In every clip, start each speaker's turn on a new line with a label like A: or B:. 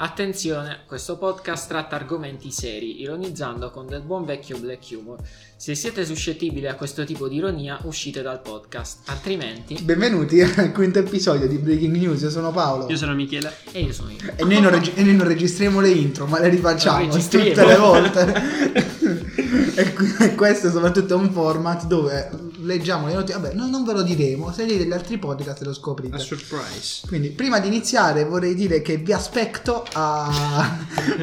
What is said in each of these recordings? A: Attenzione, questo podcast tratta argomenti seri, ironizzando con del buon vecchio black humor. Se siete suscettibili a questo tipo di ironia, uscite dal podcast, altrimenti...
B: Benvenuti al quinto episodio di Breaking News, io sono Paolo.
C: Io sono Michele.
A: E io sono io.
B: E noi, non reg- e noi non registriamo le intro, ma le rifacciamo
A: Non registriamo.
B: tutte le volte. e, qui- e questo soprattutto è un format dove leggiamo le notizie. Vabbè, noi non ve lo diremo, se leggete gli altri podcast lo scoprite.
C: A surprise.
B: Quindi, prima di iniziare, vorrei dire che vi aspetto a,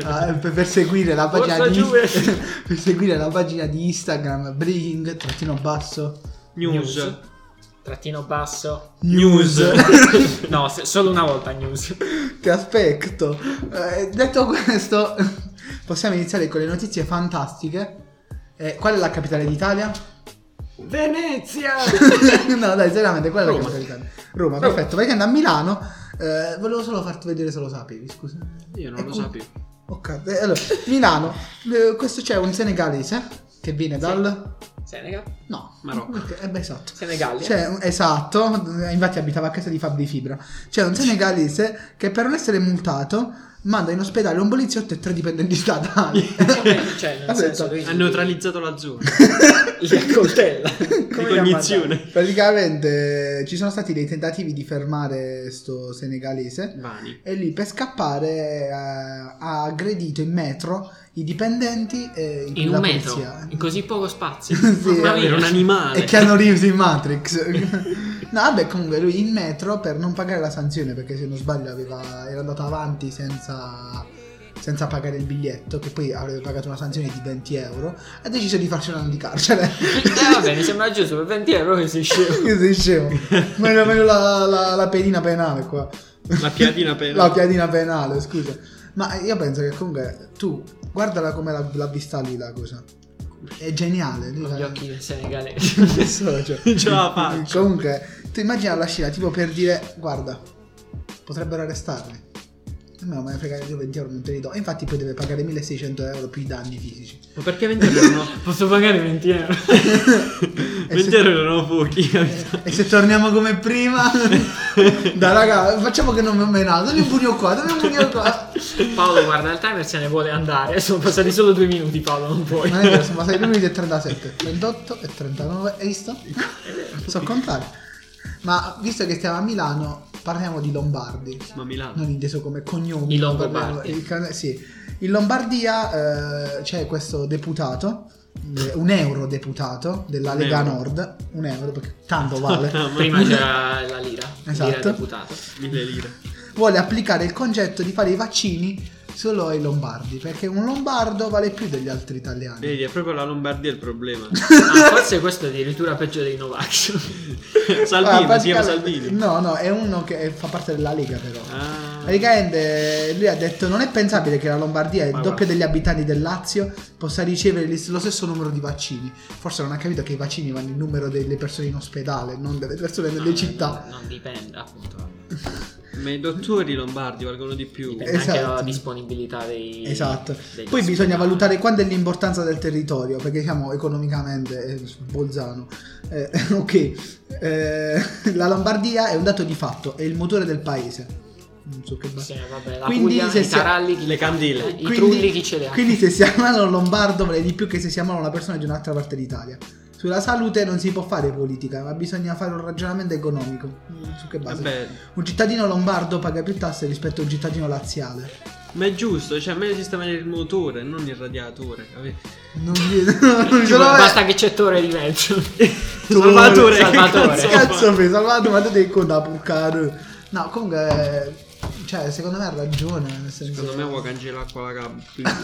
B: a- per, per seguire la pagina
C: Forza
B: di,
C: Juve!
B: per seguire la pagina di Instagram breaking trattino basso
C: News.
A: Trattino basso.
C: News.
A: No, se- solo una volta news.
B: Ti aspetto. Eh, detto questo, possiamo iniziare con le notizie fantastiche. Eh, qual è la capitale d'Italia?
C: Venezia!
B: no, dai, seriamente, qual è
C: Roma.
B: la capitale d'Italia? Roma, perfetto. Perché andando a Milano, eh, volevo solo farti vedere se lo sapevi, scusa.
C: Io non lo
B: Ecco.
C: sapevo.
B: Ok, eh, allora, Milano, eh, questo c'è un senegalese che viene dal...
A: Senegal?
B: No,
C: Marocco.
B: perché- Eh beh, esatto.
A: Senegalia?
B: C'è un- esatto, infatti abitava a casa di Fabri Fibra. C'è un senegalese che per non essere multato manda in ospedale un poliziotto e tre dipendenti statali.
A: Come- cioè, nel
B: Aspetta.
A: senso... lui-
C: Ha neutralizzato la zona.
A: Li accoltella.
B: Come
C: Di cognizione.
B: chiamata? Praticamente eh, ci sono stati dei tentativi di fermare sto senegalese
C: Vani.
B: e lui per scappare eh, ha aggredito in metro i dipendenti e
A: In
B: la
A: un metro,
B: polizia.
A: in così poco spazio.
B: Sì,
A: Mamma mia.
C: Era un animale.
B: E Keanu Reeves in Matrix. No, vabbè, comunque lui in metro per non pagare la sanzione, perché se non sbaglio aveva- era andato avanti senza, senza pagare il biglietto, che poi avrebbe pagato una sanzione di 20 euro, ha deciso di farci un anno di carcere.
A: Eh vabbè, mi sembra giusto, per 20 euro che sei scemo.
B: Io sei scemo. Meglio, meglio la, la, la pedina penale qua.
C: La piadina per...
B: La piadina penale, scusa. Ma io penso che comunque tu guardala come l'ha, l'ha vista lì la cosa. È geniale. lui
A: Con gli
B: fa-
A: occhi del Senegale.
B: so, cioè.
C: Ce la faccio.
B: Comunque, tu immagina la scena tipo per dire: Guarda, potrebbero arrestarli. A me non me ne frega io 20 euro, non te li do. E infatti, poi deve pagare 1600 euro più i danni fisici.
C: Ma perché 20 euro erano...
A: Posso pagare 20 euro?
B: eh,
C: 20 euro erano pochi. capito?
B: E se torniamo come prima, dai, raga, facciamo che non mi ho menato. Dammi un pugno qua, dammi un pugno qua.
A: Paolo guarda il timer, se ne vuole andare. Sono passati solo due minuti, Paolo, non puoi.
B: Non è vero, sono passati 2 minuti e 37, 28 e 39. Hai visto? So contare. Ma visto che stiamo a Milano, parliamo di Lombardi.
C: Ma Milano.
B: non inteso come cognome.
A: I
B: non
A: Longobardi.
B: parliamo- il can- sì. In Lombardia eh, c'è questo deputato, eh, un eurodeputato della
C: Un
B: Lega
C: euro.
B: Nord, un euro perché tanto vale,
A: Prima c'era la lira,
B: Esatto.
A: lira deputato.
C: Mille lire.
B: vuole applicare il concetto di fare i vaccini solo ai lombardi, perché un lombardo vale più degli altri italiani.
C: Vedi, è proprio la Lombardia il problema.
A: Ah, forse questo è addirittura peggio dei Novax.
B: Allora,
C: Salvini, si chiama
B: Ah, praticamente-
C: Salvini.
B: No, no, è uno che fa parte della Lega però.
C: Ah.
B: Praticamente lui ha detto non è pensabile che la Lombardia, il
C: Ma
B: doppio
C: va.
B: degli abitanti del Lazio, possa ricevere gli- lo stesso numero di vaccini. Forse non ha capito che i vaccini vanno il numero delle persone in ospedale, non delle persone nelle
A: Ah, No,
B: città.
A: Non, non dipende, appunto. vabbè.
C: Ma i dottori lombardi valgono di più.
A: Dipende anche dalla
B: Esatto.
A: disponibilità dei...
B: Esatto.
A: degli
B: Poi bisogna
A: ospedali.
B: valutare quando è l'importanza del territorio, perché siamo economicamente eh, su Bolzano. Eh, ok, Eh, la Lombardia è un dato di fatto, è il motore del paese. Non so che basta.
A: Sì, vabbè, la
B: Quindi
A: Puglia,
B: se
A: i
B: si-
A: taralli, chi-
C: Le candele.
B: eh,
A: I trulli chi ce li ha?
B: Quindi se si amano un lombardo vale di più che se si amano una persona di un'altra parte d'Italia. Sulla salute non si può fare politica, ma bisogna fare un ragionamento economico. Mm, Su che base?
C: Vabbè,
B: Un cittadino lombardo paga più tasse rispetto a un cittadino laziale.
C: ma è giusto, cioè meglio sistemare il motore, non il radiatore. capito?
B: Non mi... non
A: Tipo,
B: ce l'ho mai-
A: basta che c'è Tore di mezzo.
C: Salvatore,
A: Salvatore.
C: che
B: Cazzo mi salvato, ma tu devi contare puccare. No, comunque... Cioè, secondo me ha ragione. Nel senso...
C: Secondo me vuoi cancellare l'acqua alla cabina.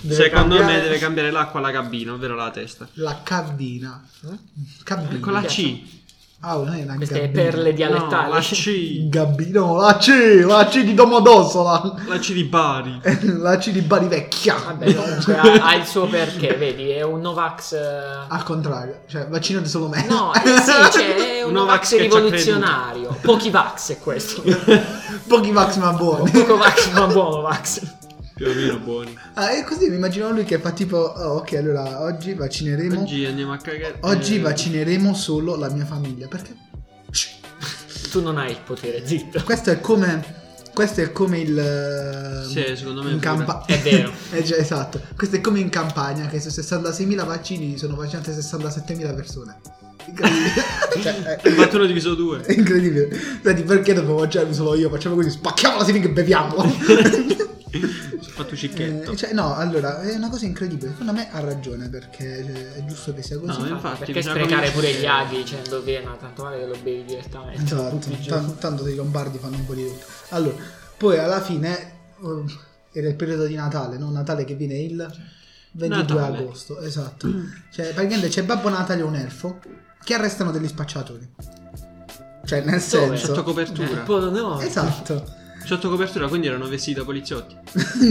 A: Deve
C: Secondo
A: cambiare-
C: me deve cambiare l'acqua alla cabina, ovvero la testa.
B: La cabina.
A: Ecco
B: Cabina.
C: Con la C.
B: Ah, non è una
A: Queste
B: gabbina.
A: perle
C: No,
A: dialettali.
C: la C.
B: Gabbino, la C, la C di Domodossola,
C: La C di Bari.
B: la C di Bari vecchia.
A: Vabbè, comunque ha, ha il suo perché, vedi, è un Novax. eh,
B: Al contrario, cioè vaccinate solo me.
A: No, eh, sì, cioè, è un
C: Un Novax
A: Novax
C: che ci ha
A: rivoluzionario. Pochi Vax è questo.
B: Pochi vax ma buoni.
A: Poco Vax, ma buono Vax.
C: Più o meno buoni.
B: Ah, e così mi immagino lui che fa tipo, "Oh, ok, allora oggi vaccineremo. Oggi,
C: Oggi andiamo a cagare. eh,
B: vaccineremo solo la mia famiglia. Perché?
A: Tu non hai il potere, zitto.
B: Questo è come Questo è come il...
C: Sì, secondo me
B: in
C: pure.
B: campa-
A: È vero.
B: Eh già, esatto. Questo è come in campagna che su 66.000 vaccini sono vaccinate 67.000 persone. Incredibile. cioè, eh,
C: Ho fatto uno diviso due.
B: è incredibile. Senti, perché dovevo mangiarmi solo io? Facciamo così, spacchiamo la siringa e beviamola.
C: Ho fatto cicchetto.
B: Eh, cioè, no, allora, è una cosa incredibile. Secondo me ha ragione perché cioè, è giusto che sia così.
C: No, infatti,
A: perché
C: bisogna
A: sprecare pure
C: cominciare-
A: gli aghi dicendo vena, tanto male che lo bevi direttamente.
B: Esatto,
A: tutti i
C: cioè,
A: giorni.
B: tan- tanto dei lombardi fanno un po' di tutto. Allora, poi alla fine eh, era il periodo di Natale, no? Natale che viene il 22
C: Natale.
B: agosto, esatto. Cioè, praticamente c'è Babbo Natale e un elfo che arrestano degli spacciatori. Cioè,
A: Dove?
B: nel
C: Sotto
B: senso...
A: Eh,
C: copertura.
A: poi no.
B: Esatto,
C: Sotto copertura, quindi erano vestiti da poliziotti.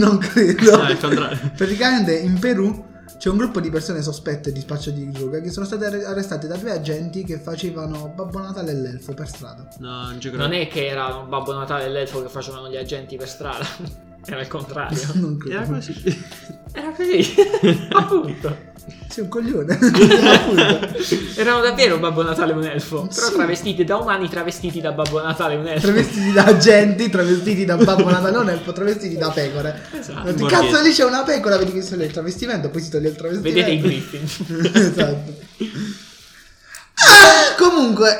B: non credo.
A: Ah,
C: No, è il contrario.
B: Praticamente in Perù c'è un gruppo di persone sospette di spaccio di droga che sono state arre- arrestate da due agenti che facevano Babbo Natale e l'elfo per strada.
C: No, non ci credo.
A: Non è che era un Babbo Natale e l'elfo che facevano gli agenti per strada. Era il contrario.
B: Non credo.
C: Era così.
A: Era così. Appunto.
B: Sei un coglione. Appunto.
A: Erano davvero Babbo Natale e un elfo. Però
B: Sì.
A: travestiti da umani, travestiti da Babbo Natale e un elfo.
B: travestiti da agenti, travestiti da babbo Natalone, un po' travestiti da pecore.
A: Esatto.
B: Ti
C: Borghese.
B: cazzo lì c'è una pecora, vedi che solo il travestimento, poi si toglie il travestimento.
A: Vedete i Griffin.
B: esatto. Ah, comunque,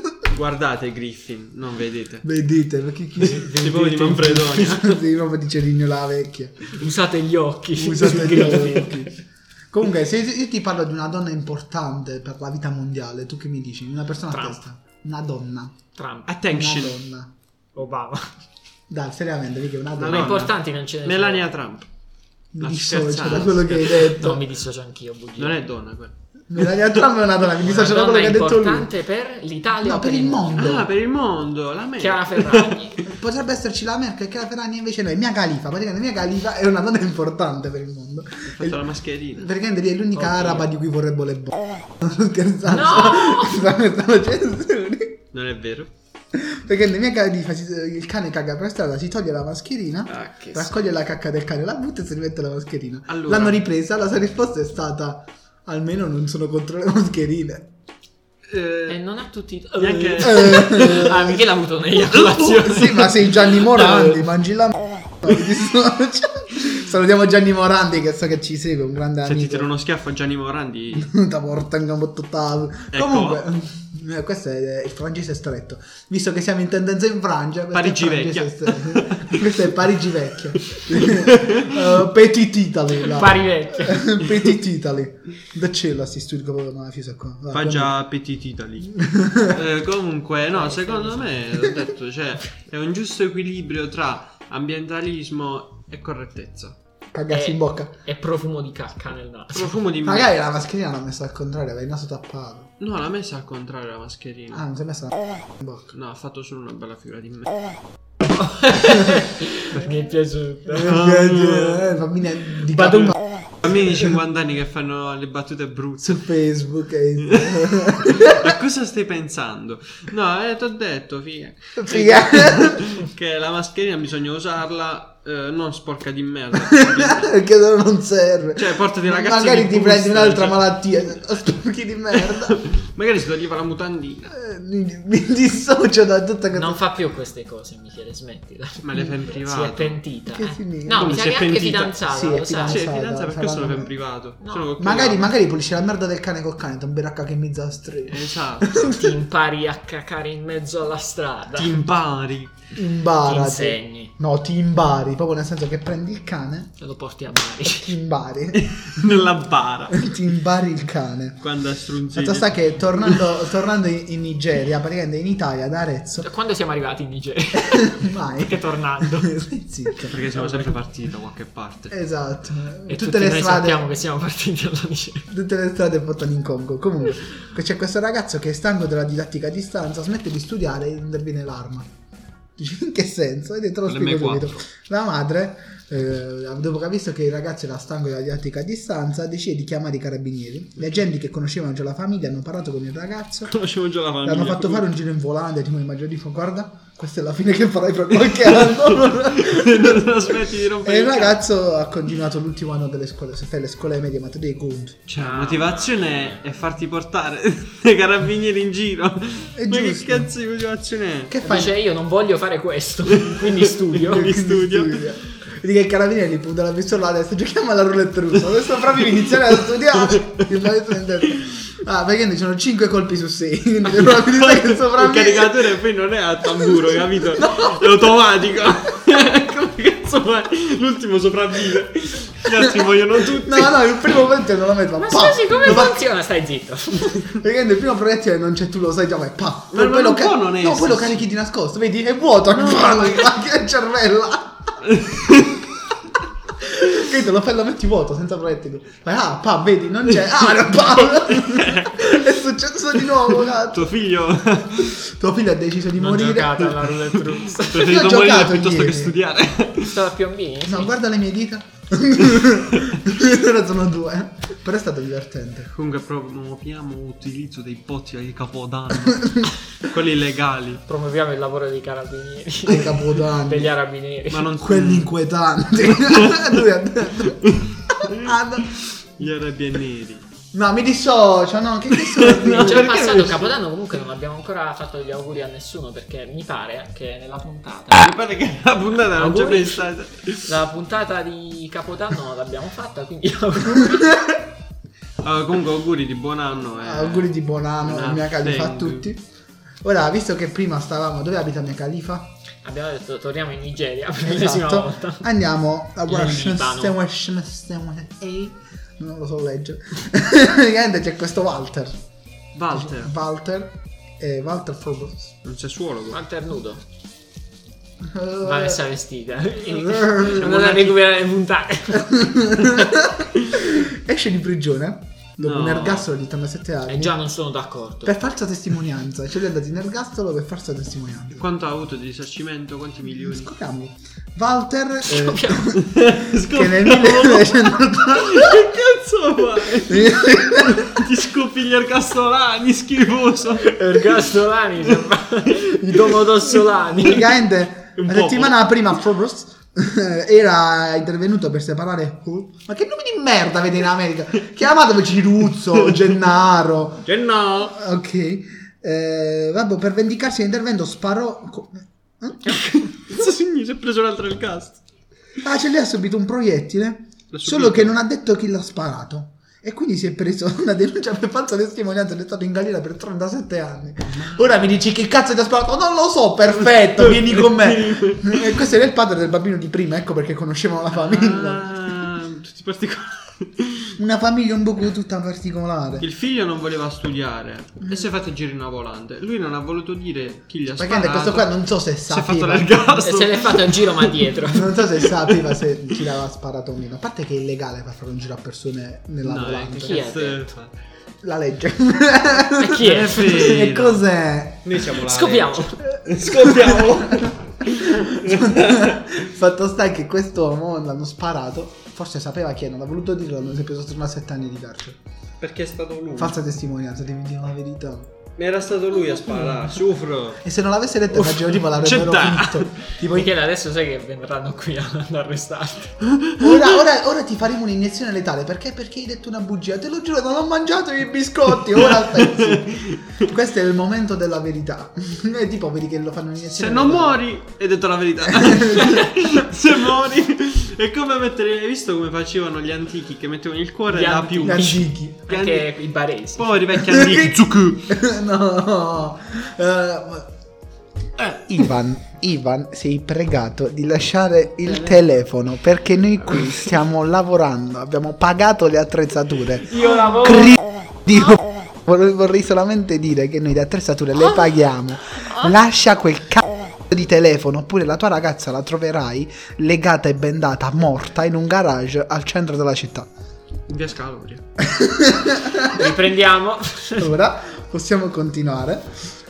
C: Guardate i Griffin, non vedete.
B: vedete, perché chi
C: Tipo di Manfredonia.
B: Sì, proprio di Cerigno la vecchia.
A: Usate gli occhi.
B: Usate
A: sui
B: gli
A: Griffin.
B: occhi. Comunque, se io ti parlo di una donna importante per la vita mondiale, tu che mi dici? Una persona a
A: Trump.
B: testa. Una donna.
A: Trump.
B: Una
C: Attention.
B: donna.
A: Obama.
B: Dai, seriamente, mica una donna.
A: Ma
C: Madonna.
A: importanti non ce ne sono.
C: Melania Trump.
B: Mi
C: Ma
B: dissocio da
C: scherzate.
B: quello che hai detto.
A: No, mi dissocio anch'io, bugia.
C: Non è donna quella.
B: Melania Trump è una donna, mi dissocio da
A: Una
B: quello che ha
A: donna
B: detto lui.
A: importante per l'Italia
B: No,
A: o
B: per il mondo. Eh.
C: Ah, per il mondo, la me.
A: Chiara Ferragni.
B: Potrebbe esserci la Merkel che la Ferragni invece no, è Mia Khalifa. Praticamente Mia Khalifa è una donna importante per il mondo.
C: Ha
A: Esatto.
C: fatto la mascherina.
B: Praticamente lì è l'unica
A: Oddio.
B: araba di cui vorrebbe le bo... Non sto scherzando.
A: No!
B: Sto scherzando, censuri.
C: Non è vero.
B: Perché Mia Khalifa si- il cane caga per strada, si toglie la mascherina,
A: Ah, che
B: raccoglie la cacca del cane, la butta e si rimette la mascherina.
C: Allora.
B: L'hanno ripresa, la sua risposta è stata almeno non sono contro le mascherine.
A: E
C: Eh,
A: non ha tutti.
C: Neanche-
B: Eh.
A: ah, Michele ha avuto un'eiaculazione.
B: Sì, ma sei Gianni Morandi, mangi la m***a. Salutiamo Gianni Morandi che so che ci segue, un grande
C: se ti
B: amico.
C: tiro uno schiaffo a Gianni Morandi.
B: Da porta in gambo tutta.
C: Ecco.
B: Comunque, eh, questo è il francese stretto. Visto che siamo in tendenza in Francia, questo
C: Parigi
B: è francese
C: vecchia.
B: stretto. questo è Parigi vecchia. Eh, Petit Italy. là.
A: Pari vecchia.
B: Petit Italy. Da cielo si studia proprio una fisa qua. Va,
C: Fa
B: quindi-
C: già appetitita lì. Eh, comunque, no, secondo me, ho detto, cioè, è un giusto equilibrio tra ambientalismo e correttezza.
B: Cagarsi
A: Eh.
B: in bocca.
A: E profumo di cacca nel naso.
C: Profumo di merda.
B: Magari la mascherina l'ha messa al contrario, aveva il naso tappato.
C: No, l'ha messa al contrario la mascherina.
B: Ah, non si è messa la in bocca.
C: No, ha fatto solo una bella figura di
A: Eh.
C: me.
A: Perché è piaciuto.
B: Eh, bambini di
A: Vado
B: K
C: Bambini di 50 anni che fanno le battute brutte.
B: su Facebook eh. e Instagram.
C: Ma cosa stai pensando? No, eh, ti ho detto, figa.
B: Figa.
C: che la mascherina bisogna usarla, eh, non sporca di merda.
B: Perché se no non serve.
C: Cioè, portati la cazzo
B: Magari
C: di
B: ti prendi
C: busta,
B: un'altra
C: cioè.
B: malattia. Sporchi di merda.
C: Magari si toglieva la mutandina.
B: Eh, Mi, mi dissocio da tutta questa.
A: Non fa più queste cose, Michele, smettila.
C: Ma le fa in
A: Si è
C: privato.
A: pentita.
B: Che
A: eh.
B: significa?
A: No,
C: Come
A: mi sa
C: si
A: che
C: è
A: è anche
C: pentita?
A: fidanzata,
B: Sì, è
A: lo sai.
B: fidanzata.
C: Cioè, fidanza perché
B: saranno-
C: solo fa in privato.
A: No.
C: Sono col
B: Magari,
C: privato.
B: magari pulisci la merda del cane col cane. Ti beracca che mezzo a striscia.
C: Esatto.
A: Ti impari a cacare in mezzo alla strada.
C: Ti impari.
A: Ti
B: Imbarati.
A: insegni.
B: no, ti imbari. Proprio nel senso che prendi il cane.
A: E lo porti a Bari.
B: Ti imbari.
C: Nella bara.
B: ti imbari il cane.
C: Quando
B: La
C: strunzini.
B: cosa sta che tornando, tornando in in Nigeria, praticamente in Italia, ad Arezzo,
A: Quando siamo arrivati in Nigeria?
B: mai.
A: Perché tornando.
B: Stai zitto.
C: Perché siamo sempre partiti da qualche parte.
B: Esatto.
A: E
B: tutte, le
A: noi sappiamo
B: strade,
A: che siamo partiti alla Nigeria.
B: tutte le strade portano in Congo. Comunque, c'è questo ragazzo che, stanco della didattica a distanza, smette di studiare e interviene l'arma. Dici, in che senso? E dentro lo spiego
C: L'M4.
B: subito. La madre Eh, dopo che ha visto che il ragazzo era stanco della didattica a distanza, decide di chiamare i carabinieri. Le agenti che conoscevano già la famiglia hanno parlato con il ragazzo.
C: Conoscevo già la famiglia.
B: L'hanno fatto fare un giro in volante, tipo immagino tipo, guarda, questa è la fine che farai fra qualche anno.
C: non te l'aspetti di rompere.
B: e il
C: cazzo.
B: ragazzo ha continuato l'ultimo anno delle scuole, se fai le scuole medie, ma te dei conti.
C: Cioè, la motivazione è farti portare dei carabinieri in giro.
B: È
C: Ma che
B: giusto.
C: cazzo di motivazione è?
B: Che fai?
A: Dice io non voglio fare questo, quindi studio.
C: Quindi studio.
B: Vedi che i carabinieri gli punta la pistola adesso giochiamo alla roulette russa. Adesso proprio iniziare a studiare. Il maestro gli ha detto, Ah, perché ne sono 5 colpi su 6. Quindi
C: Ah,
B: le probabilità che
C: Il
B: sopravvivi.
C: caricatore poi non è a tamburo, capito? È automatico. Come cazzo fai? L'ultimo sopravvive. Gli altri vogliono tutti.
B: No, no, il primo proiettile non lo metto.
A: Ma
B: pa!
A: scusi, come
B: Lo fa-
A: funziona? Stai zitto.
B: Perché nel primo proiettile non c'è, tu lo sai già, vai pa.
C: Ma non
B: lo
C: può
B: no,
C: non
B: poi lo
C: esserci.
B: carichi di nascosto, vedi? È vuoto. Che cervella. Che te lo fai, lo metti vuoto senza proiettili. Vai, ah, pa, vedi, non c'è. Ah, era pa. È successo di nuovo, cazzo.
C: Tuo figlio ha
B: Tuo figlio ha deciso di
A: Non
B: morire.
A: giocate alla roulette russa.
B: Io ho
C: preferito morire
B: giocato
C: piuttosto
B: ieri.
C: che studiare.
A: Sto a Piombini?
B: No, guarda le mie dita. Ora sono due. eh. Però è stato divertente.
C: Comunque promuoviamo l'utilizzo dei botti di capodanno. Quelli legali.
A: Promuoviamo il lavoro dei carabinieri.
B: Ai capodanno.
A: Degli carabinieri.
C: Ma non
B: Quelli inquietanti. Lui ha detto. Ah, no.
C: Gli arabi neri.
B: No, mi dissocio, no, che che sono?
C: No,
A: Cioè,
C: perché
A: è passato
C: questo?
A: Capodanno comunque non abbiamo ancora fatto gli auguri a nessuno perché mi pare che nella puntata
C: Mi pare che la puntata non c'è
A: Auguri.
C: mai stata.
A: la puntata di Capodanno non l'abbiamo fatta, quindi auguri.
C: Ah, comunque auguri di buon anno. eh.
B: Auguri di buon anno,
C: Buon
B: mia califa a
C: anno.
B: tutti. Ora, visto che prima stavamo, dove abita mia califa? Esatto.
A: abbiamo detto torniamo in Nigeria per l'ennesima
C: Esatto.
A: volta.
B: Andiamo a
A: In
B: Washington.
A: Libano.
B: Washington, Washington, eh, Non lo so leggere. Praticamente c'è questo Walter.
C: Walter,
B: Walter. eh, Walter Forbes.
C: non c'è suolo. qua.
A: Walter nudo,
B: Eh,
A: va messa vestita. Cioè,
C: Esatto.
A: non a recuperare le puntate.
B: esce di prigione dopo
C: No.
B: un ergastolo di 37
A: E
B: anni.
A: Eh, già non sono d'accordo.
B: Per falsa testimonianza. Cioè, lui è andato in ergastolo per falsa testimonianza.
C: Quanto ha avuto di risarcimento? Quanti milioni?
B: Scopriamo. Walter. eh,
C: Che
B: che nel 1980.
C: Che cazzo fai? Ti scopi gli ergastolani, schifoso.
A: Ergastolani, sembra i Domodossolani.
B: Praticamente
C: Un
B: la
C: popolo.
B: settimana prima Forbes eh, era intervenuto per separare Hulk. Ma che nome di merda avete in America? Chiamatemi Ciruzzo, Gennaro.
C: Che no.
B: Ok. Eh, vabbè, per vendicarsi dell'intervento sparò. co- eh?
C: Cazzo signore, si è preso l'altro il cast.
B: Ah, ce lei ha subito un proiettile.
C: L'ha subito.
B: Solo che non ha detto chi l'ha sparato. E quindi si è preso una denuncia per falsa testimonianza ed è stato in galera per 37 anni. Ora mi dici che cazzo ti ha sparato? Non lo so, perfetto, vieni con me. E questo era il padre del bambino di prima, ecco perché conoscevano la famiglia.
C: Ah, tutti particolari.
B: Una famiglia un poco tutta particolare.
C: Il figlio non voleva studiare e si è fatto girare una volante. Lui non ha voluto dire chi gli ha sparato.
B: Perché questo qua non so se
C: si è fatto
B: sapeva.
A: E
C: l'ergastolo.
A: se l'è fatto un giro ma dietro.
B: Non so se sapeva se chi l'aveva sparato o meno. A parte che è illegale far fare un giro a persone nella
C: No, eh,
B: volante.
C: che
A: Chi è?
C: cazzo è?
B: La legge.
A: E chi è?
B: e cos'è?
C: Noi siamo la
A: Scopriamo.
C: Scopriamo.
B: Fatto sta che quest'uomo l'hanno sparato. Forse sapeva chi è, non ha voluto dirlo, non si è preso attorno a 7 anni di carcere.
C: Perché è stato lui.
B: Falsa testimonianza, devi dire la verità.
C: Era stato lui a sparare. Sufro.
B: E se non l'avesse detto, facevo tipo l'avrebbero
C: Città.
B: finito. Tipo,
A: Michele, adesso sai che verranno qui ad arrestarti.
B: ora, ora- ora ti faremo un'iniezione letale. Perché? Perché hai detto una bugia. Te lo giuro, non ho mangiato i biscotti. Ora stai zitto. Questo è il momento della verità. È tipo, vedi che lo fanno
C: Se
B: un'iniezione
C: non
B: letale.
C: muori, hai detto la verità. Se muori, è come mettere. Hai visto come facevano gli antichi che mettevano il cuore
A: Gli
C: la
A: antichi.
C: più.
B: Gli antichi.
A: Anche i baresi.
C: Poveri vecchi antichi. Zuccu.
B: no. Eh, ma- Ivan, Ivan, sei pregato di lasciare
A: Eh.
B: il telefono perché noi qui stiamo lavorando, abbiamo pagato le attrezzature.
A: Io lavoro.
B: Cri- Dio. Vorrei, vorrei solamente dire che noi le attrezzature le paghiamo. Lascia quel cazzo di telefono oppure la tua ragazza la troverai legata e bendata morta in un garage al centro della città.
C: Via Scalabria.
A: Riprendiamo.
B: Ora possiamo continuare.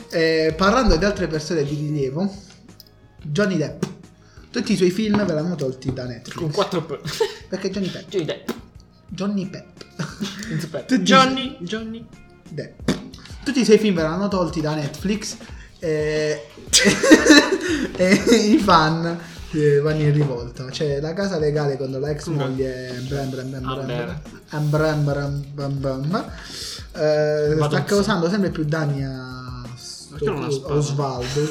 B: Eh, parlando di altre persone di rilievo, Johnny Depp. Tutti i suoi film verranno tolti da Netflix.
A: Con 4 P.
B: Perché Johnny Depp.
A: Johnny Depp.
B: Johnny Depp.
A: Inspetta.
B: Tu dici-
A: Johnny, Johnny.
B: Depp. Tutti i suoi film verranno tolti da Netflix e, e i fan eh, vanno in rivolta. C'è la casa legale contro la ex
C: Mm.
B: moglie bram bram bram bram
C: Amber.
B: bram bram bram bram bram. Eh, sta
A: Madonna.
B: causando sempre più danni a sto-
C: Perché non la spara?
B: Osvaldo.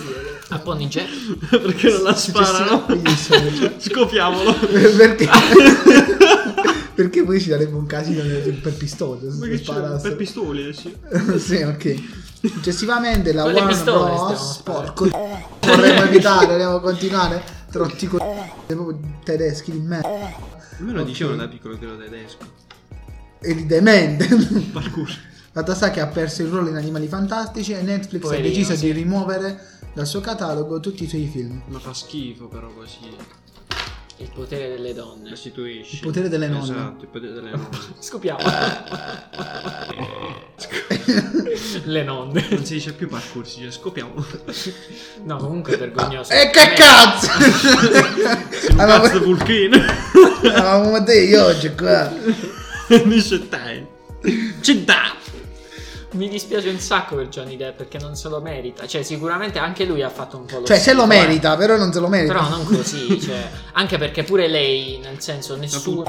A: A Pony Jack.
C: Perché non la
B: Cioè,
C: sparano?
B: sì, bellissimo, cioè.
C: Scopiamolo.
B: perché perché poi ci darebbe un casino nel- per pistole
C: Ma
B: se
C: che c'è?
B: sparasse.
C: Per pistole, sì.
B: sì, ok. Successivamente la
A: Con le
B: Warner
A: pistole
B: Bros.
A: stiamo
B: Porco di- vorremmo evitare, vogliamo continuare. Trotti co- proprio tedeschi di merda.
C: Me lo
B: Ok.
C: dicevano da piccolo che ero tedesco.
B: E di demente.
C: Parkour.
B: La sa che ha perso il ruolo in Animali Fantastici e Netflix
A: Poverino,
B: ha deciso
A: sì.
B: di rimuovere dal suo catalogo tutti i suoi film.
C: Ma fa schifo però così.
A: Il potere delle donne.
C: Restituisci.
B: Il potere delle nonne.
C: Esatto, il potere delle nonne.
A: Scopiamo. Le nonne.
C: Non si dice più parkour, si dice scopiamo.
A: No, comunque è vergognoso.
B: E Eh, che cazzo!
C: Sei un
B: Allora-
C: cazzo vulcano.
B: Avevamo te io oggi qua.
C: Dice dai. Ci dà.
A: Mi dispiace un sacco per Johnny Depp perché non se lo merita. Cioè, sicuramente anche lui ha fatto un po' lo
B: Cioè, se lo
A: schifo, eh.
B: merita, però non se lo merita.
A: Però non così, cioè, anche perché pure lei, nel senso, nessuno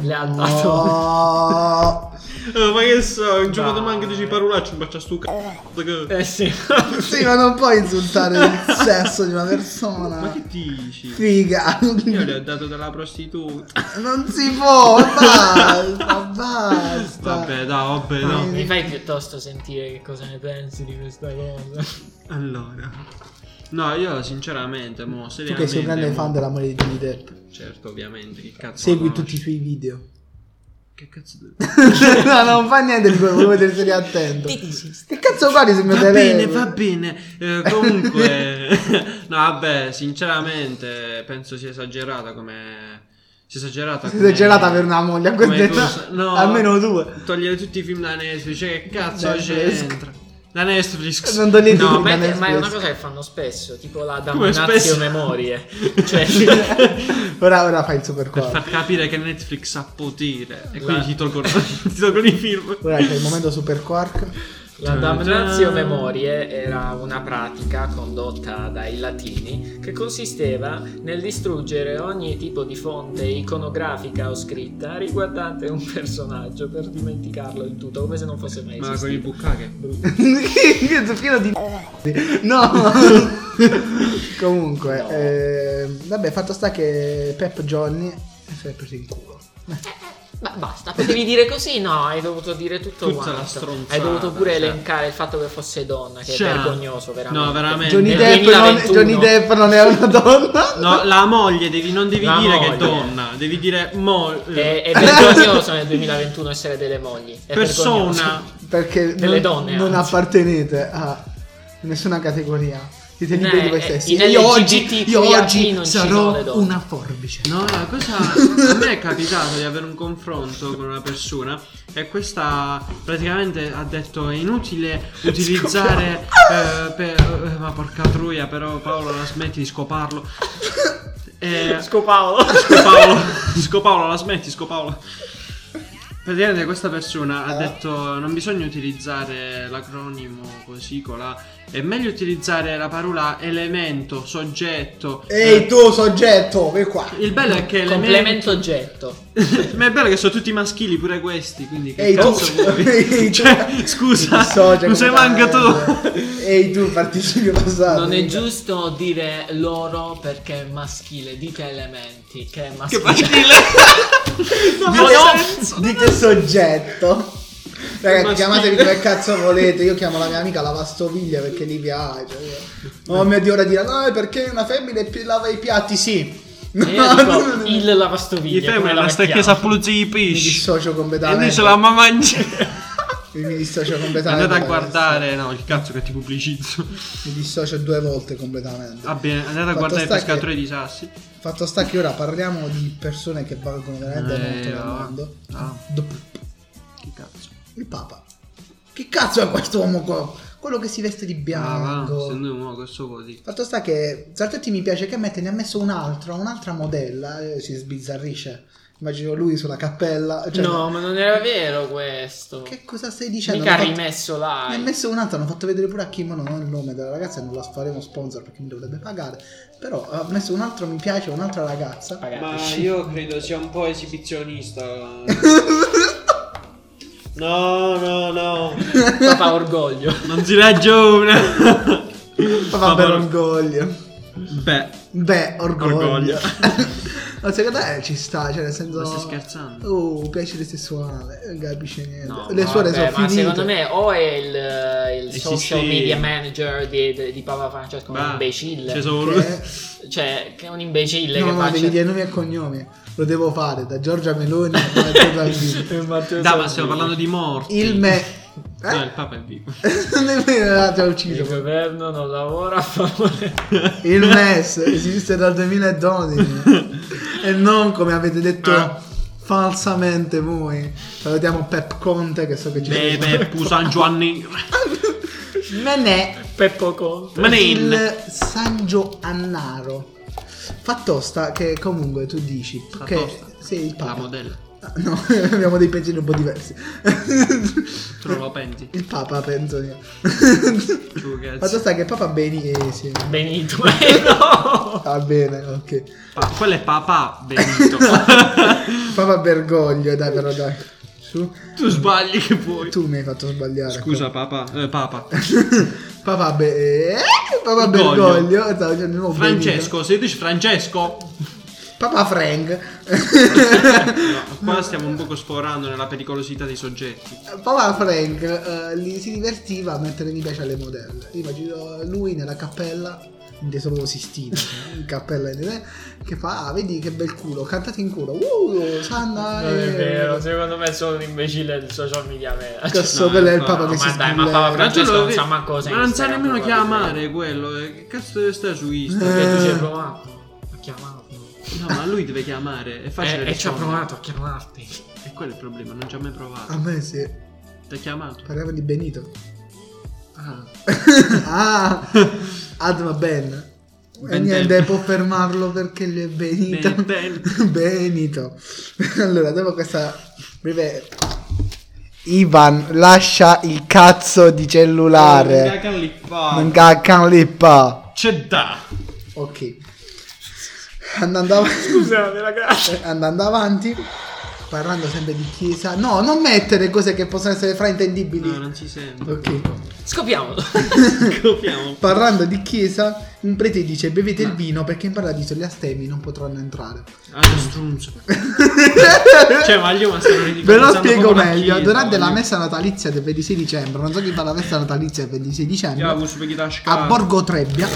A: le ha dato.
B: No.
C: Eh, ma che so, un gioco
A: Dai.
C: domani che dici parolacce, ma c'è stu cazzo che...
A: Eh sì.
B: Sì, ma non puoi insultare il sesso di una
C: Ma che
B: persona.
C: dici?
B: Figa.
C: Io le ho dato dalla prostituta.
B: Non si può, basta, basta.
C: Vabbè, dai, vabbè,
A: No,
C: no.
A: mi fai piuttosto sentire che cosa ne pensi di questa cosa.
C: Allora. No, io sinceramente, mo,
B: Tu
C: seriamente...
B: che sei un grande
C: mo-
B: fan della moglie di Johnny Depp,
C: Certo, ovviamente, che cazzo
B: segui
C: lo conosci?
B: tutti i suoi video.
C: Che cazzo...
B: no, non fa niente di quello, volevo vedere se eri attento. Che cazzo guardi sul mio
C: Va bene,
B: telefono?
C: va bene. Eh, comunque, no, vabbè, sinceramente penso sia esagerata come. Sia esagerata.
B: Sei
C: come-
B: esagerata per una moglie a
C: come
B: questa
C: cosa-
B: età.
C: no,
B: Almeno due.
C: Togliere tutti i film da Netflix. Cioè, che cazzo
B: Da
C: c'entra? Da Netflix.
B: Non do niente
A: No,
B: di
A: ma è,
B: Netflix.
A: ma è una cosa che fanno spesso, tipo la
C: Come
A: damnatio
C: spesso?
A: memorie. Cioè,
B: ora, ora fai il super
C: Per
B: cuore.
C: far capire che Netflix ha potere. E
A: La-
C: quindi ti tolgono, ti tolgono i film.
B: Ora c'è il momento super quark.
A: la damnatio memorie era una pratica condotta dai latini che consisteva nel distruggere ogni tipo di fonte iconografica o scritta riguardante un personaggio per dimenticarlo il tutto, come se non fosse mai
C: Ma con il
A: esistito.
C: bucacche.
B: che zucchino di no comunque
A: No.
B: ehm, vabbè fatto sta che Pep Johnny si è preso in culo
A: Ma basta, potevi dire così, no, hai dovuto dire tutto
C: Tutta
A: quanto.
C: la stronzata,
A: hai dovuto pure
C: cioè.
A: elencare il fatto che fosse donna, che è
C: Cioè.
A: vergognoso, veramente.
C: No, veramente.
B: Johnny
A: Eh, Nel
B: Depp, non,
A: 2021.
B: Johnny Depp non è una donna
C: No, la moglie, devi, non devi
A: La
C: dire che
A: moglie.
C: è donna, devi dire mo.
A: È, è vergognoso nel 2021 essere delle mogli. È vergognoso.
C: persona.
B: perché
A: Delle
B: non,
A: donne,
B: non
A: anzi.
B: appartenete a nessuna categoria siete
A: No,
B: liberi di voi
A: eh,
B: stessi
A: in
B: io oggi,
A: LGBTQIA+
B: io oggi
A: non ci sono le
B: sarò
A: donne.
B: una forbice
C: No, la cosa a me è capitato di avere un confronto con una persona e questa praticamente ha detto è inutile utilizzare eh, per- eh, ma porca truia, però Paolo la smetti di scoparlo. Eh,
A: Scopaolo.
C: Scopaolo, Scopaolo, la smetti, Scopaolo. Praticamente questa persona ha detto non bisogna utilizzare l'acronimo così colà, è meglio utilizzare la parola elemento, soggetto.
A: Eh.
B: ehi tu soggetto vai qua
C: Il bello è che elemento
A: Complemento oggetto.
C: Cioè, Ma è bello che sono tutti maschili pure questi, quindi che
B: Ehi tu,
C: cazzo vuoi?
B: Ehi, tu.
C: Cioè, scusa,
B: Mi dissocio,
C: non sei
B: come
C: manco tu.
B: tanto. Ehi tu, participio
C: Ah,
B: passato.
A: Non è
B: mica.
A: giusto dire loro perché è maschile, dite elementi che è
C: Che
A: maschile.
C: maschile.
A: Ma
B: Dite,
A: no!
B: so- dite soggetto. Ragazzi,
C: Ma
B: chiamatevi
C: scusa.
B: come cazzo volete. Io chiamo la mia amica lavastoviglie perché gli piace. Oh mio dio, ora dirà: No, perché una femmina pi- lava i piatti? Sì.
A: E io dico il lavastoviglie.
C: Gli
A: come
C: femmine
A: la
C: la stecchesa
A: mettiamo.
C: pulizia i
B: Mi
C: pesci.
B: dissocio
C: E
B: completamente.
C: noi ce la mangia.
B: Mi dissocio completamente.
C: Andate a
B: da
C: guardare, no, il cazzo che ti pubblicizzo.
B: questo. Mi dissocio due volte completamente.
C: Va bene, andate a
B: Fatto
C: guardare il
B: sta
C: pescatore di sassi.
B: Fatto sta che ora parliamo di persone che valgono veramente
C: Eh,
B: molto nel
C: no.
B: mondo.
C: Ah,
B: Dopo
C: che cazzo.
B: il Papa. Che cazzo è questo uomo qua? Quello che si veste di
C: Ah, va,
B: bianco.
C: se no, mo, questo così.
B: Fatto sta che Zartotti mi piace che mette, ne ha messo un altro, un'altra modella, eh, si sbizzarrisce. Immagino lui sulla cappella. cioè,
A: no, ma non era vero questo.
B: Che cosa stai dicendo?
A: Mica ha
B: Hanno fatto-
A: rimesso
B: Ne
A: là.
B: ha messo un altro, hanno fatto vedere pure a Kimono, non il nome della ragazza, non la faremo sponsor perché mi dovrebbe pagare. Però ha messo un altro mi piace, un'altra ragazza.
A: Pagati.
D: Ma io credo sia un po' esibizionista. No, no, no.
A: Papà orgoglio.
C: Non si ragiona.
B: Vabbè, orgoglio.
C: Beh,
B: Beh, orgoglio.
C: Orgoglio.
B: Ma secondo me ci sta, cioè nel senso...
C: ma stai scherzando?
B: Oh, piacere sessuale, non capisce niente.
A: No,
B: Le suore
A: vabbè,
B: sono
A: ma
B: finite. Eh,
A: secondo me o è il, il
C: Eh Sì,
A: social
C: sì.
A: media manager di, di- di Papa Francesco un
C: Va,
A: imbecille.
C: C'è solo
B: Che-
A: Cioè, che è un imbecille
B: No,
A: che
B: ma
A: faccia...
B: devi dire nomi e cognomi. Lo devo fare da Giorgia Meloni a Matteo Salvini.
A: Eh,
C: Dai, ma stiamo parlando di morti.
B: Il me.
C: No, il
B: Eh?
C: Papa è vivo.
B: L'ha già
A: Il
B: ucciso.
A: governo non lavora a favore.
B: Il MES esiste dal 2012 e non come avete detto
C: Ah.
B: falsamente voi. Salutiamo Pep Conte che so che ci
C: Bebe, Pusan Giovanni.
B: Menè
A: Peppo Conte.
C: Manin.
B: il San Giovannaro. Fatto sta che comunque tu dici
C: Fatto
B: che
C: sta.
B: sei il
C: La
B: Papa.
C: modella.
B: Ah, No, abbiamo dei pensieri un po' diversi.
C: Trova penti.
B: Il Papa penso io.
C: Tu che
B: Fatto sta che Papa Beni eh, sì.
A: Benito. eh, no.
B: Va bene, ok.
C: Pa- quello è papà Benito.
B: Papa Bergoglio, dai però dai. Su.
C: tu sbagli che vuoi.
B: Tu mi hai fatto sbagliare.
C: Scusa papà, eh, papà.
B: Papà, Be- eh, papà
C: Bergoglio.
B: Bergoglio. stavo dicendo di nuovo
C: Francesco, se dici Francesco.
B: Benito. Papà Frank.
C: No, qua stiamo un poco sforando nella pericolosità dei soggetti.
B: papà Frank eh, li- si divertiva a mettere mi piace alle modelle. Io Immagino lui nella cappella, inteso solo Sistina, eh, in cappella in- che fa, ah, vedi che bel culo, cantate in culo. Uh, Sanna.
A: Non è
B: eh.
A: vero, secondo me è solo un imbecille del social media manager.
B: Cazzo,
C: No,
B: quello è il
C: no,
B: Papa
C: no,
B: che
A: ma
B: si
A: dai, ma
B: sbilla- eh.
A: Papa Frank- Francesco
C: tu lo
A: non
C: vedi-
A: sa manco cosa è
C: Ma non sa
A: Instagram,
C: nemmeno
A: probabilmente.
C: chiamare quello. eh, Che cazzo deve stare su Instagram?
A: Perché "Boh, tu ci
B: Eh.
A: hai provato a chiamarlo.
C: No, ma lui deve chiamare. È facile.
A: Eh, e ci ha
C: rispondere.
A: provato a chiamarti.
C: E quello è il problema, non ci ha mai provato.
B: A me sì,
C: Ti ha chiamato.
B: parliamo di Benito.
C: Ah.
B: ah, Adma Ben. E
C: Ben
B: niente,
C: Ben.
B: può fermarlo perché lui è Benito.
C: Ben Ben.
B: Benito. Allora, dopo questa breve... Ivan, lascia il cazzo di cellulare.
C: Cacca lì qua.
B: Non caccan lippa.
C: C'è da.
B: Ok. Andando avanti...
A: Scusate, ragazzi.
B: andando avanti, parlando sempre di chiesa. No, non mettere cose che possono essere fraintendibili.
C: No, non si sente.
B: Ok.
A: Scopriamolo.
C: Copiamo.
B: Parlando di chiesa, un prete dice bevete il vino perché in paradiso gli astemi non potranno entrare.
C: Ah, lo strunzo. cioè, ma io ma stanno
B: Ve lo
C: ridicolizzando
B: spiego
C: proprio la
B: meglio.
C: chiesa,
B: Durante la
C: voglio-
B: messa natalizia del 26 dicembre, non so chi fa la messa natalizia del 26
C: Io avevo
B: dicembre,
C: su Peggy Dash
B: a
C: Car.
B: Borgo Trebbia,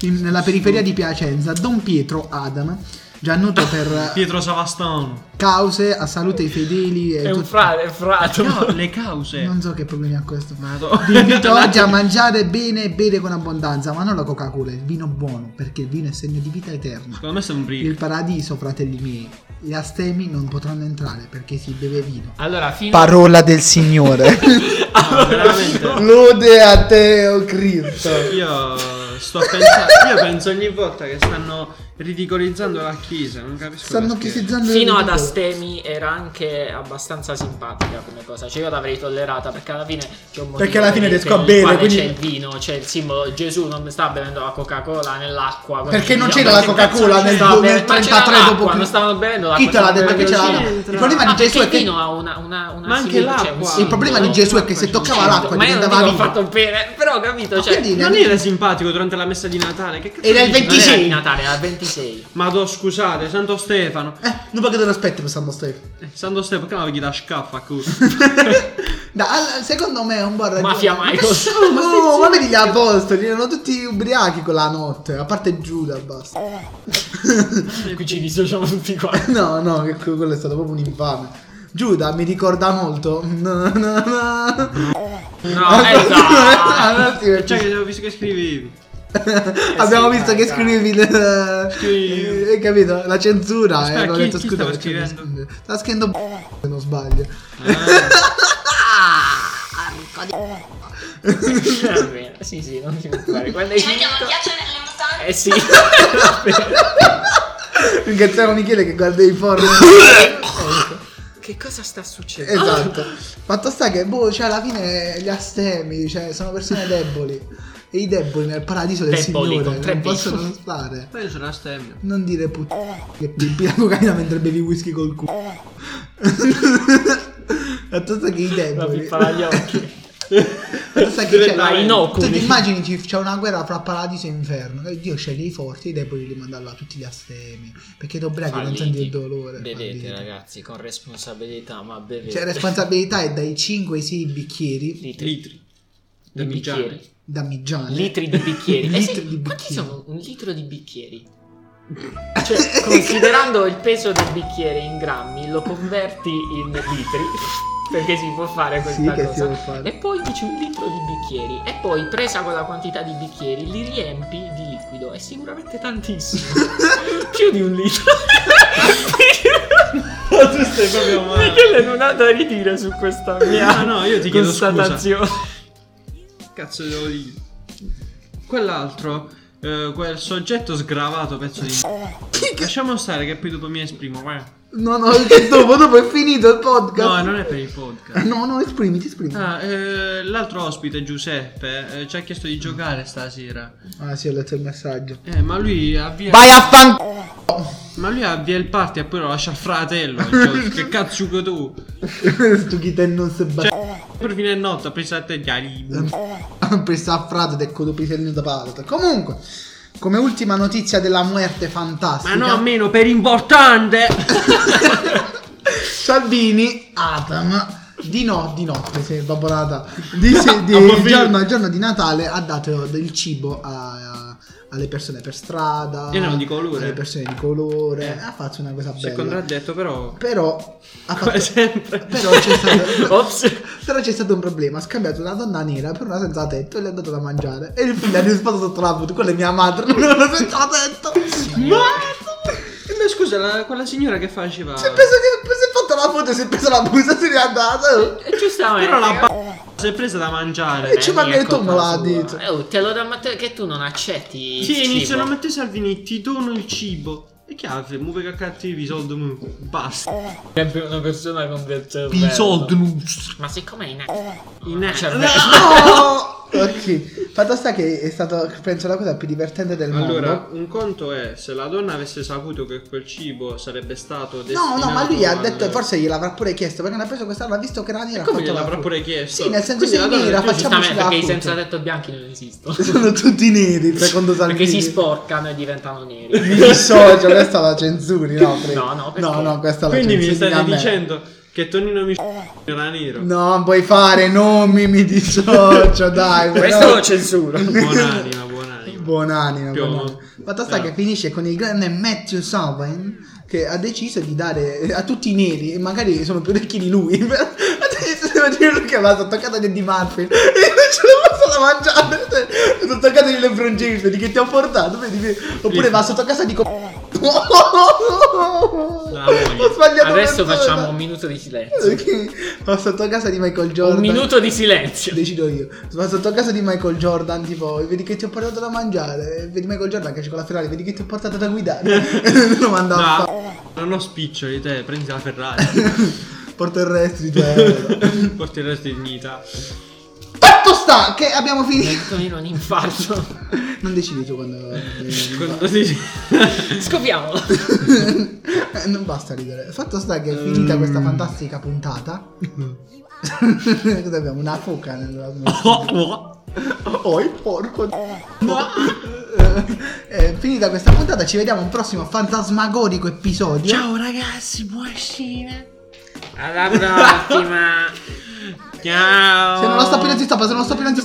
B: in- nella periferia di Piacenza, Don Pietro Adam, già noto per
C: Pietro Savastano.
B: cause a salute ai fedeli
A: È
B: e
A: un
B: tutto.
A: frate, è un frato.
C: No, le cause.
B: Non so che problemi ha questo.
C: Madonna.
B: Vi invito oggi a mangiare bene e bere con abbondanza, ma non la Coca-Cola, il vino buono, perché il vino è segno di vita eterna.
C: Secondo me sta un brillo.
B: Il paradiso, fratelli miei. Gli astemi non potranno entrare perché si beve vino.
A: Allora, fino
B: Parola del Signore.
C: No, Ah, veramente.
B: Lode a te, o Cristo.
C: Io sto pensando. Io penso ogni volta che stanno ridicolizzando la chiesa. Non capisco.
B: Stanno
C: perché.
B: chiesizzando
A: Fino ad Astemi era anche abbastanza simpatica come cosa, cioè io l'avrei tollerata perché alla fine c'è un motivo
B: Perché alla fine
A: per il
B: riesco a
A: quale
B: bere, quindi-
A: c'è il vino, c'è il simbolo, Gesù non sta bevendo la Coca-Cola nell'acqua. quindi
B: Perché non
A: diciamo
B: c'era la
A: che
B: Coca-Cola
A: cazzo
B: nel
A: stava bevendo-
B: 33
A: ma c'era
B: dopo
A: l'acqua,
B: Cristo.
A: non stavano bevendo l'acqua.
B: Chi te l'ha
A: stavano
B: detto? Ma che
A: bevendo
B: c'era
A: il
B: l'acqua?
A: vino.
B: Il problema di
A: Ma
B: Gesù
A: Ah, perché
B: è che-
A: il vino ha una, una, una
C: Ma anche
A: simil- cioè, un
C: l'acqua.
A: simbolo,
B: Il problema di Gesù è che se toccava l'acqua
A: ma io non
B: diventava
A: dico
B: vino.
A: fatto bene, però ho capito,
B: Ma
A: cioè
B: quindi-
C: Non era simpatico durante la messa di Natale. Che cazzo
B: Era il
C: dici?
B: 26.
A: non era di Natale, era il 26.
C: Ma do scusate, Santo Stefano.
B: Eh, non perché te lo aspetti per San Stefano.
C: Eh, Santo Stefano, che la vedi da scaffa così?
B: Da, al- secondo me è un buon ragione.
A: Mafia Michael.
B: No, Oh, ma vedi gli apostoli, erano tutti ubriachi quella notte, a parte Giuda, basta.
A: Qui ci dissociamo tutti qua.
B: No, no, che que- quello è stato proprio un infame. Giuda mi ricorda molto. No, no, no.
A: No, eh, dai.
B: Ah, Un attimo,
C: Cioè, che ho visto che scrivevi.
B: Abbiamo
A: Eh sì,
B: visto
A: dai,
B: che
A: dai.
B: scrivi il-
C: Scrivi.
B: Hai capito? La censura.
C: Aspetta,
B: eh, hanno
C: chi-
B: detto,
C: chi
B: scusa,
C: stava
B: perché mi
C: scrivendo?
B: scrive? Stava scrivendo b- se non sbaglio.
C: Ah,
E: Porco di...
A: Va bene, Cioè, sì, sì, non ti preoccupare. Quando hai
E: Ci mettiamo
A: finito-
E: il ghiaccio nelle mutande?
A: Eh sì, va bene.
B: Ringraziamo Michele che guarda i forni.
A: Che cosa sta succedendo?
B: esatto. Fatto sta che, boh, cioè, alla fine gli astemi, cioè, sono persone deboli. E i deboli nel paradiso del
A: Deboli, con
B: Signore
A: tre
B: non
A: B.
B: possono stare.
C: Poi io sono astemio.
B: Non dire put... che pippi la cocaina mentre bevi whisky col culo. Fatto sta che i
A: La
B: deboli...
A: pippa agli occhi.
B: Fatto sta che c'è...
A: La inoculi.
B: Tu ti immagini ci- c'è una guerra fra paradiso e inferno. E Dio sceglie i forti, i deboli li manda là tutti gli astemi. Perché gli ubriachi non senti il dolore.
A: Bevete
B: falliti.
A: ragazzi, con responsabilità, ma bevete.
B: Cioè, responsabilità è dai 5 ai 6 bicchieri
A: litri,
C: Litri.
A: di
C: da migiare.
A: bicchieri.
B: da Migiani.
A: Litri di bicchieri. Eh sì,
B: Litri di
A: quanti
B: bicchieri. Ah,
A: sono un litro di bicchieri? Cioè, considerando il peso del bicchiere in grammi, lo converti in litri. Perché si può fare questa
B: Sì, che si
A: cosa. Eh.
B: può fare.
A: E poi dici un litro di bicchieri. E poi, presa quella quantità di bicchieri, li riempi di liquido. È sicuramente tantissimo. Più di un litro.
C: Ma tu stai proprio male.
A: Michele non ha da ridire su questa mia
C: No, no, io ti chiedo scusa.
A: constatazione.
C: Cazzo devo dire. Quell'altro, eh, quel soggetto sgravato, pezzo di. Lasciamo stare che poi dopo mi esprimo. guarda.
B: No, no, che dopo, dopo è finito il podcast.
C: No, non è per il podcast.
B: No, no, esprimiti, esprimiti. Ah,
C: Ah, eh, l'altro ospite, Giuseppe, eh, ci ha chiesto di giocare stasera.
B: Ah, sì, ho letto il messaggio.
C: Eh, ma lui avvia.
B: Vai a fan...
C: Ma lui avvia il party e poi lo lascia al fratello. Cioè, che cazzo che tu?
B: Stuchita e non se bat...
C: Cioè, per fine notte ha preso a te gli ali. Cioè.
B: Ho preso a frate del codo pisellino da palata. Comunque, come ultima notizia della muerte
C: Ma
B: fantastica.
C: no, meno per importante.
B: Salvini, Atam, di, no, di notte, se è evaporata, di, se- di-
C: Ah, va bene.
B: giorno, il giorno di Natale ha dato del cibo a- a- alle persone per strada,
C: Io non Eh di colore.
B: alle persone di colore,
C: Eh.
B: ha fatto una cosa
C: Si è
B: bella.
C: contraddetto, però.
B: Però, ha
C: Come
B: fatto,
C: sempre.
B: però, c'è stato,
A: Ops.
B: però c'è stato un problema, ha scambiato una donna nera per una senza tetto e le ha dato da mangiare e il figlio ha risposto sotto la foto, quella è mia madre, non l'ho senza tetto.
C: Eh, Ma scusa, la- quella signora che faceva.
B: Si è preso, si è fatta la foto, si è preso la busta, se ne è andata.
A: E giustamente.
C: Però
B: Eh.
C: la b- si è presa da mangiare.
B: E ci
C: eh,
B: manca
C: mica
B: il tuo
C: colpa
B: malato.
C: sua.
B: Dito.
A: Eh, oh, te lo dà Matteo che tu non accetti. il
C: Sì,
A: cibo.
C: iniziano a mettere Salvini, ti dono il cibo. E che altro? Muove che cattivi, soldi. mu-
B: Eh.
C: Basta.
A: Sempre una persona con del cervello.
C: I soldi. nu-
A: Ma siccome è in
C: In Cioè,
A: Ah, cervello.
B: No! ok, fatto sta che è stata, penso, la cosa più divertente del mondo.
C: Allora, un conto è se la donna avesse saputo che quel cibo sarebbe stato
B: No,
C: destinato
B: no, ma lui ha
C: al-
B: detto, forse gliel'avrà pure chiesto, perché non ha preso questa, l'ha visto che era nera.
C: E
B: ha
C: come
B: fatto la
C: gliel'avrà
B: foto.
C: pure chiesto?
B: Sì, nel senso
C: Quindi
B: che
C: la donna
B: nera,
C: ha detto,
B: facciamoci
A: Giustamente,
B: la
A: perché i
B: foto.
A: senza tetto bianchi non esistono.
B: Sono tutti neri, secondo Salvini.
A: perché si sporcano e diventano neri.
B: Mi dissocio, questa la censuri, no? prego.
A: No, no, perché?
B: no, no, questa la
C: Quindi
B: censuri
C: mi
B: a
C: state
B: me. Eh.
C: dicendo che Tonino mi era nero.
B: No, non puoi fare nomi, mi dissocio, dai.
A: Questo
B: però-
A: lo censuro.
C: Buonanima, buonanima.
B: Buonanima,
C: Più o
B: buonanima.
C: meno.
B: Fatto sta
C: Eh.
B: che finisce con il grande Matthew Sauvin che ha deciso di dare eh, a tutti i neri, e magari sono più ricchi di lui, ha deciso di dire lui che aveva toccata di Eddie Murphy e non ce l'ho posso da mangiare, cioè, sono toccato di LeBron James, di che ti ho portato, vedi, vedi. oppure va sotto casa di... Co-
C: La moglie.
B: ho sbagliato
A: Adesso
B: persona.
A: facciamo un minuto di silenzio.
B: Ok, Va sotto casa di Michael Jordan.
A: Un minuto di silenzio.
B: Cioè, Decido io. Sono sotto a casa di Michael Jordan, tipo, vedi che ti ho portato da mangiare. Vedi Michael Jordan che c'è con la Ferrari, vedi che ti ho portato da guidare. e lo manda a fa-
C: No, non ho spiccio di te, prendi la Ferrari.
B: Porto il resto di te.
C: Porti il resto di dignità.
B: Fatto sta che abbiamo finito.
A: Tonino un infarto.
B: Non decidi tu quando.
C: Quando si-
A: Scopriamolo.
B: non basta ridere. Fatto sta che è finita questa
C: Mm.
B: fantastica puntata. Cosa abbiamo? Una foca nella. Oh, il porco. Eh, finita questa puntata, ci vediamo a un prossimo fantasmagorico episodio.
C: Ciao ragazzi, buonasera.
A: Alla prossima.
C: Ciao.
B: Se non lo sta più non si stoppa, se non lo sta più non si